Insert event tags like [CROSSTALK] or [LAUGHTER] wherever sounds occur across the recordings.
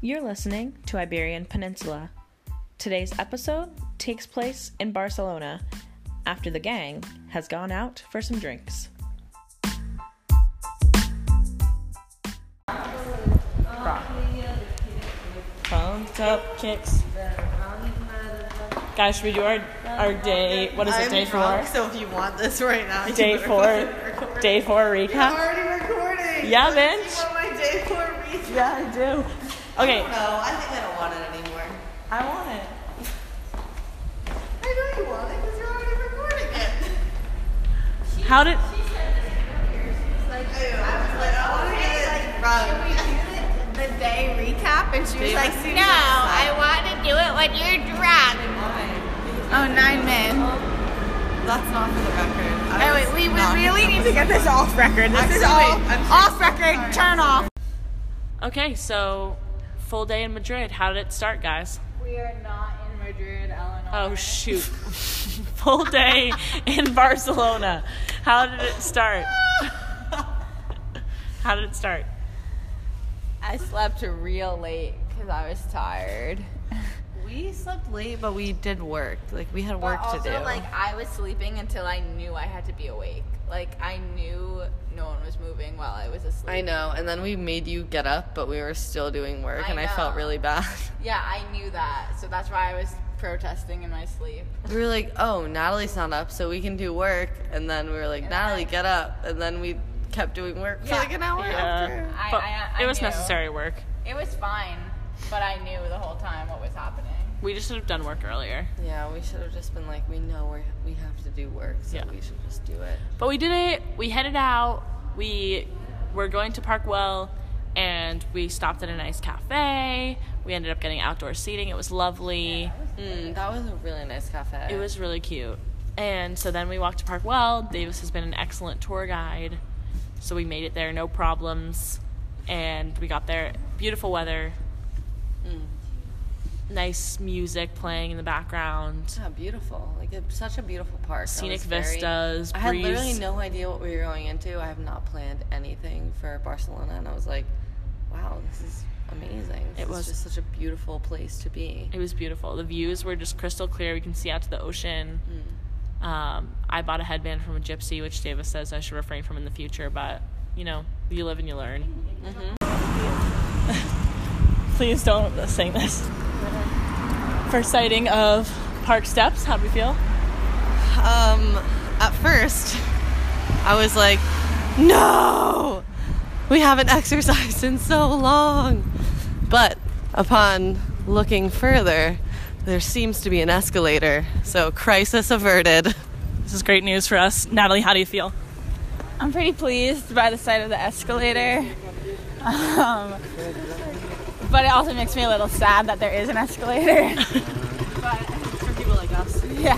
You're listening to Iberian Peninsula. Today's episode takes place in Barcelona after the gang has gone out for some drinks. Pumped up kicks. Guys, should we do our, our day? What is it, I'm day four? drunk, so if you want this right now, you Day better fucking four. record. Day four I'm recap? already recording. Yeah, You bitch. want my day four recap? Yeah, I do. Okay, No, I think I don't want it anymore. I want it. I know you want it because you're already recording it. [LAUGHS] How did. Like, I was like, I want to get it wrong. the day recap and she was Dave like, was No, I want to do it when you're drunk. Oh, nine men. That's not for the record. Oh, wait, was we, we not- really need to get this off record. This is Actually, all wait, I'm so off record. Turn off. Okay, so full day in Madrid. How did it start, guys? We are not in Madrid, Eleanor. Oh shoot. [LAUGHS] full day in Barcelona. How did it [LAUGHS] start? How did it start? I slept real late because I was [LAUGHS] tired. We slept late, but we did work. Like, we had But work also, to do. like I was sleeping until I knew I had to be awake. Like I knew no one was moving while I was asleep. I know, and then we made you get up, but we were still doing work, I and I know. felt really bad. [LAUGHS] Yeah, I knew that, so that's why I was protesting in my sleep. We were like, oh, Natalie's not up, so we can do work. And then we were like, Natalie, get up. And then we kept doing work for Yeah. like an hour after. I- Uh, but I- I it was knew. necessary work. It was fine, but I knew the whole time what was happening. We just should have done work earlier. Yeah, we should have just been like, we know we're, we have to do work, so Yeah. we should just do it. But we did it. We headed out. We were going to Park Well and we stopped at a nice cafe. We ended up getting outdoor seating. It was lovely. Mm, that was a really nice cafe. It was really cute. And so then we walked to Park Well. Davis has been an excellent tour guide. So we made it there, no problems. And we got there, beautiful weather, nice music playing in the background, yeah, beautiful. Like, it's such a beautiful park. That scenic was very- vistas, I had breeze. literally no idea what we were going into. I have not planned anything for Barcelona, and I was like, wow, this is amazing. This It was- is just such a beautiful place to be. It was beautiful. The views were just crystal clear. We can see out to the ocean. Um, I bought a headband from a gypsy, which Davis says I should refrain from in the future, but you know, you live and you learn. [LAUGHS] Please don't sing this. First sighting of Park Steps, how'd we feel? Um, at first, I was like, no, we haven't [LAUGHS] exercised in so long. But upon looking further, there seems to be an escalator, so crisis averted. This is great news for us. Natalie, how do you feel? I'm pretty pleased by the sight of the escalator. Um, but it also makes me a little sad that there is an [LAUGHS] escalator. For people like us. yeah.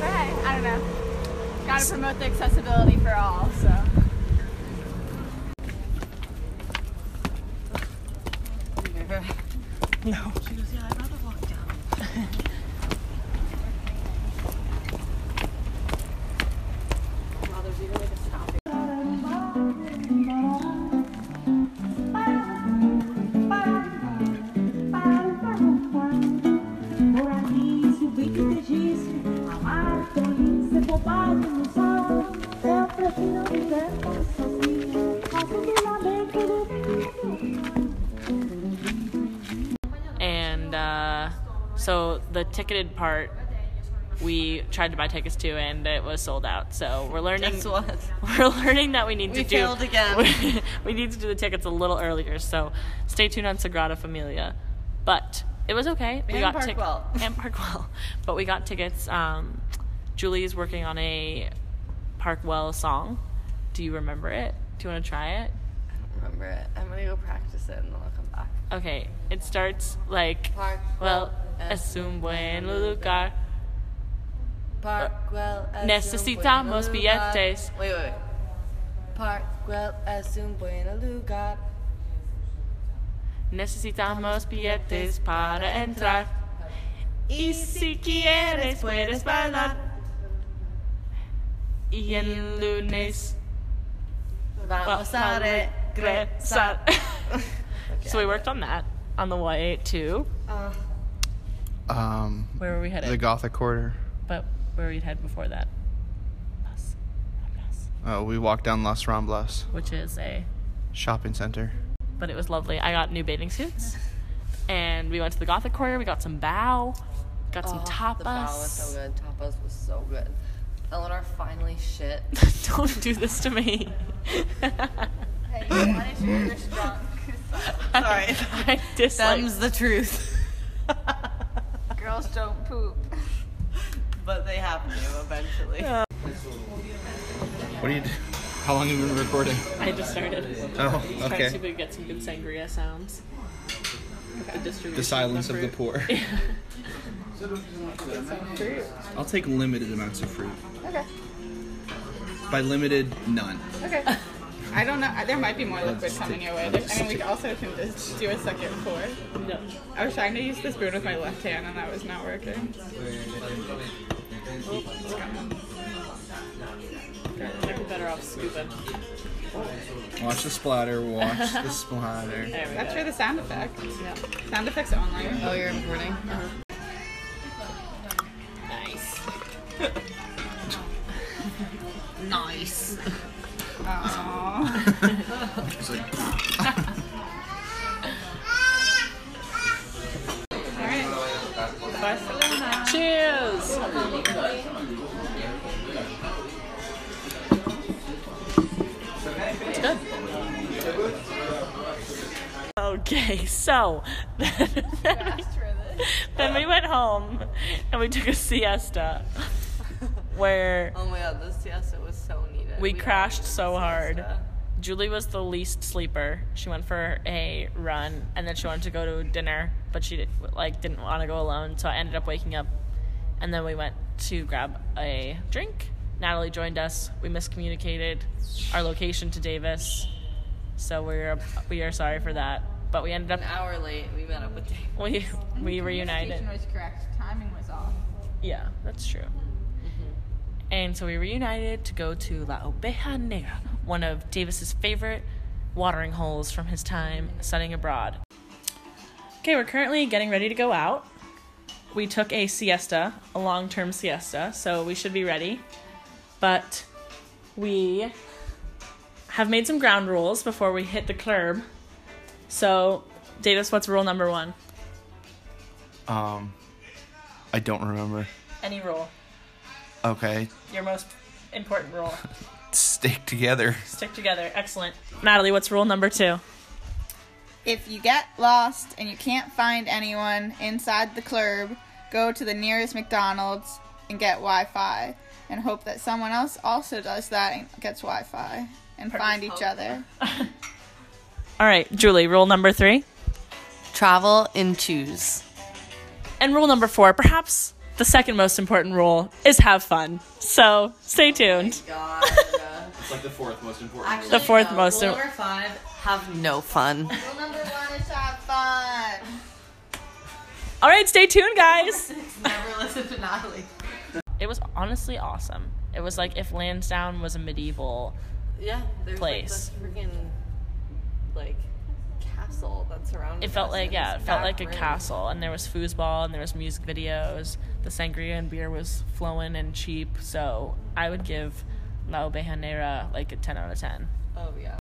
But hey, I don't know. Gotta promote the accessibility for all, so. Por aqui se o bico pedisse, amar, tolice, bobagem, não é são. Eu prefiro viver sozinha, faço que lá bem querido. and uh, so the ticketed part we tried to buy tickets to and it was sold out so we're learning Guess what? [LAUGHS] we're learning that we need to We do failed again. [LAUGHS] we, need to do the tickets a little earlier so stay tuned on sagrada familia but it was okay we And got Park tick- Well. [LAUGHS] and parkwell but we got tickets um, julie's working on a parkwell song do you remember it do you want to try it Remember it. I'm gonna go practice it and then I'll come back. Okay, it starts like Park well, well, es un buen lugar. Parkwell es un Necesitamos buen lugar. billetes. Wait, wait, wait. Parkwell es un buen lugar. Necesitamos billetes para entrar. Y si quieres puedes bailar. Y el lunes Vamos a regresar. regresar. [LAUGHS] So we worked on that. on the way to Um, where were we headed? the Gothic Quarter. but where were we headed before that? Las Ramblas, Uh, we walked down Las Ramblas Which is a shopping center. but it was lovely. I got new bathing suits, and we went to the Gothic Quarter. We got some bow, got some tapas. Oh, The bow was so good. Tapas was so good. Eleanor finally shit. [LAUGHS] Don't do this to me. [LAUGHS] Sorry. I dislike. Them's the truth. [LAUGHS] Girls don't poop. but they have to eventually. What are you? Do- How long have you been recording? I just started. Trying to Oh, see if okay. we could get some good sangria sounds. The distribution The silence of the fruit. [LAUGHS] poor. [LAUGHS] I'll take limited amounts of fruit. Okay. By limited, none. Okay. I don't know. There might be more liquid coming your way. There's, I mean, we could also can just do a second pour. No. I was trying to use the spoon with my left hand, and that was not working. They're better off scooping. Watch the splatter. [LAUGHS] Watch the splatter. There we That's go. for the sound effect. Sound effects only. Oh, you're recording? Nice. Nice. Aww. It's like, All right. Barcelona. Cheers. It's good. Okay, so [LAUGHS] then, then we went home and we took a siesta where Oh my god, this siesta was so needed. we all crashed needed so a hard. siesta. Julie was the least sleeper. She went for a run and then she wanted to go to dinner, but she did, like didn't want to go alone, so I ended up waking up and then we went to grab a drink. Natalie joined us. We miscommunicated our location to Davis. So we're we are sorry for that, but we ended up An hour late, we met up with Dave. we we reunited. was correct. Timing was off. Yeah, that's true. Mm-hmm. And so we reunited to go to La Oveja Negra, one of Davis's favorite watering holes from his time studying abroad. Okay, we're currently getting ready to go out. We took a siesta, a long term siesta, so we should be ready. But we have made some ground rules before we hit the curb. So, Davis, what's rule number one? um, I don't remember. Any rule. Okay, Your most important rule. stick together. Stick together. Excellent. Natalie, what's rule number two? If you get lost and you can't find anyone inside the club, go to the nearest McDonald's and get Wi Fi and hope that someone else also does that and gets Wi Fi and find each other. All right, Julie, rule number three. Travel in twos. And rule number four, perhaps the second most important rule, is have fun. So stay tuned. God. It's like the fourth most important. Actually, The fourth no, most- Rule number five. Have no Rule fun. number one is have fun. All right, stay tuned, [LAUGHS] guys. Never listen to Natalie. It was honestly awesome. It was like if Lansdowne was a medieval. Yeah, there's Place. like this freaking like castle that surrounded. It felt us like in yeah, it this felt back like a room. castle, and there was foosball, and there was music videos. The sangria and beer was flowing and cheap, so I would give La Oveja Negra like a ten out of ten. Oh yeah.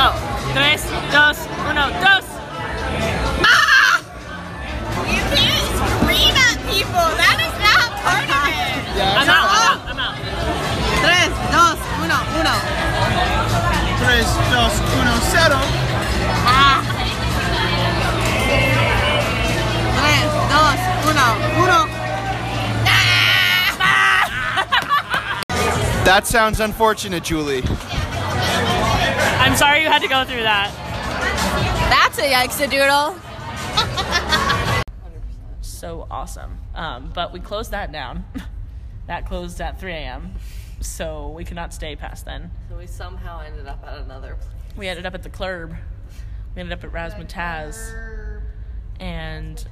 Oh, tres, dos, uno, dos. You can't scream at people. That is not part of it. I'm out. I'm out. I'm out. Tres, dos, uno, uno. Tres, dos, uno, cero. Ah. Tres, dos, uno, uno. That sounds unfortunate, Julie. I'm sorry you had to go through that. That's a yikes a doodle. [LAUGHS] so awesome. Um, but we closed that down. [LAUGHS] that closed at 3 a.m. So we could not stay past then. So we somehow ended up at another place. We ended up at the club. We ended up at Razzmatazz. And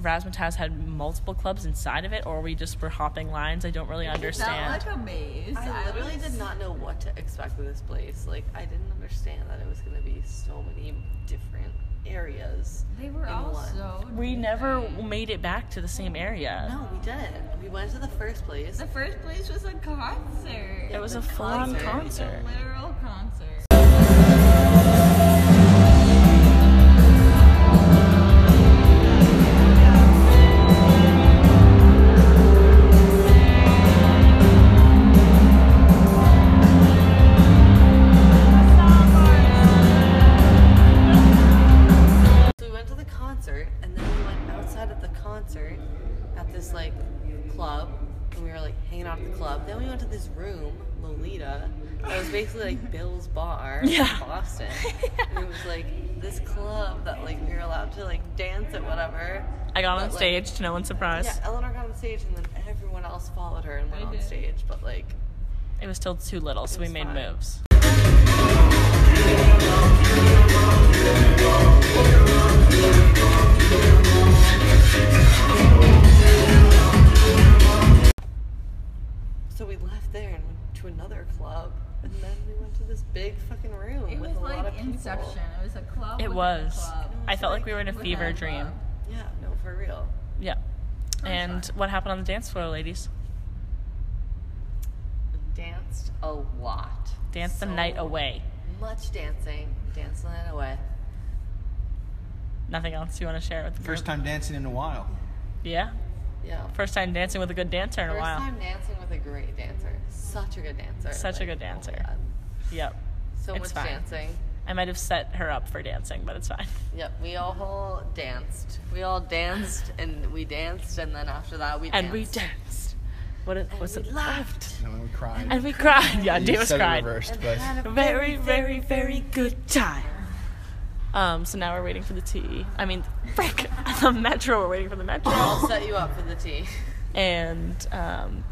Razzmatazz had multiple clubs inside of it, or we just were hopping lines. I don't really understand. Felt like a maze. I literally was- did not know what to expect with this place. Like, I didn't understand that it was going to be so many different areas. They were in all one. so. we never made it back to the same area. No, we didn't. We went to the first place. The first place was a concert. It was a full-on concert. A literal concert. So we went to the concert, and then we went outside of the concert at this like club, and we were like hanging out at the club. Then we went to this room, Lolita, that was basically [LAUGHS] like Bill's bar Yeah. in Boston. And it was like this club that like we were allowed to like dance at whatever. I got on But, like- stage to no one's surprise. Yeah, Eleanor got on stage, and then everyone else followed her and went Mm-hmm. on stage. But like, It was still too little, so we was made fine. moves. so we left there and went to another club, and then we went to this big fucking room It with was a lot of like people. Inception. It was a club. It within a was. club. I felt like we were in a within fever a dream. club. Yeah, no, for real. Yeah. And what happened on the dance floor, ladies? danced a lot. Dance the So night away. Much dancing, dance the night away. Nothing else you want to share with the group? First time dancing in a while. Yeah. Yeah. First time dancing with a good dancer in a First while. time dancing with a great dancer. Such a good dancer. Such a good oh my dancer. God. Yep. so It's much fine. dancing. I might have set her up for dancing, but it's fine. Yep. We all danced. We [SIGHS] all danced and we danced and then after that we danced. And we danced. What it, was we it? laughed. And then we cried. [LAUGHS] And we cried. Yeah, You Davis said it cried. reversed, but Very, very, very good time. Um, so now we're waiting for the tea. I mean, frick, [LAUGHS] the metro. We're waiting for the metro. I'll set you up for the tea. and um,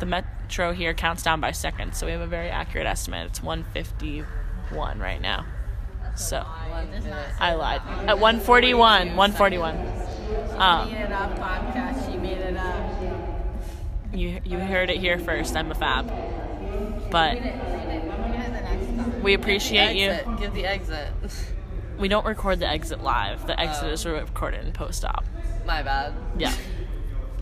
the metro here counts down by seconds, so we have a very accurate estimate. It's 151 right now. So I lied. At 141, 141. Um, Made it up podcast. She made it up. you you heard it here first. I'm a fab, but we appreciate you. exit. Give the exit. [LAUGHS] We don't record the exit live. The exit is recorded in post op. My bad. Yeah.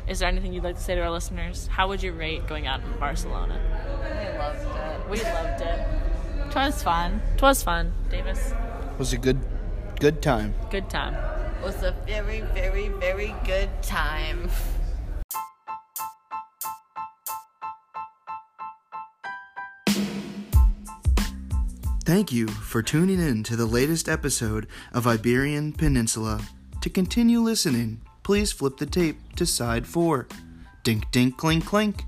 Is there anything you'd like to say to our listeners? How would you rate going out in Barcelona? I loved it. We loved it. Twas fun. Twas fun, Davis. was a good, good time. Good time. It was a very, very, very good time. Thank you for tuning in to the latest episode of Iberian Peninsula. To continue listening, please flip the tape to side four. Dink, dink, clink, clink.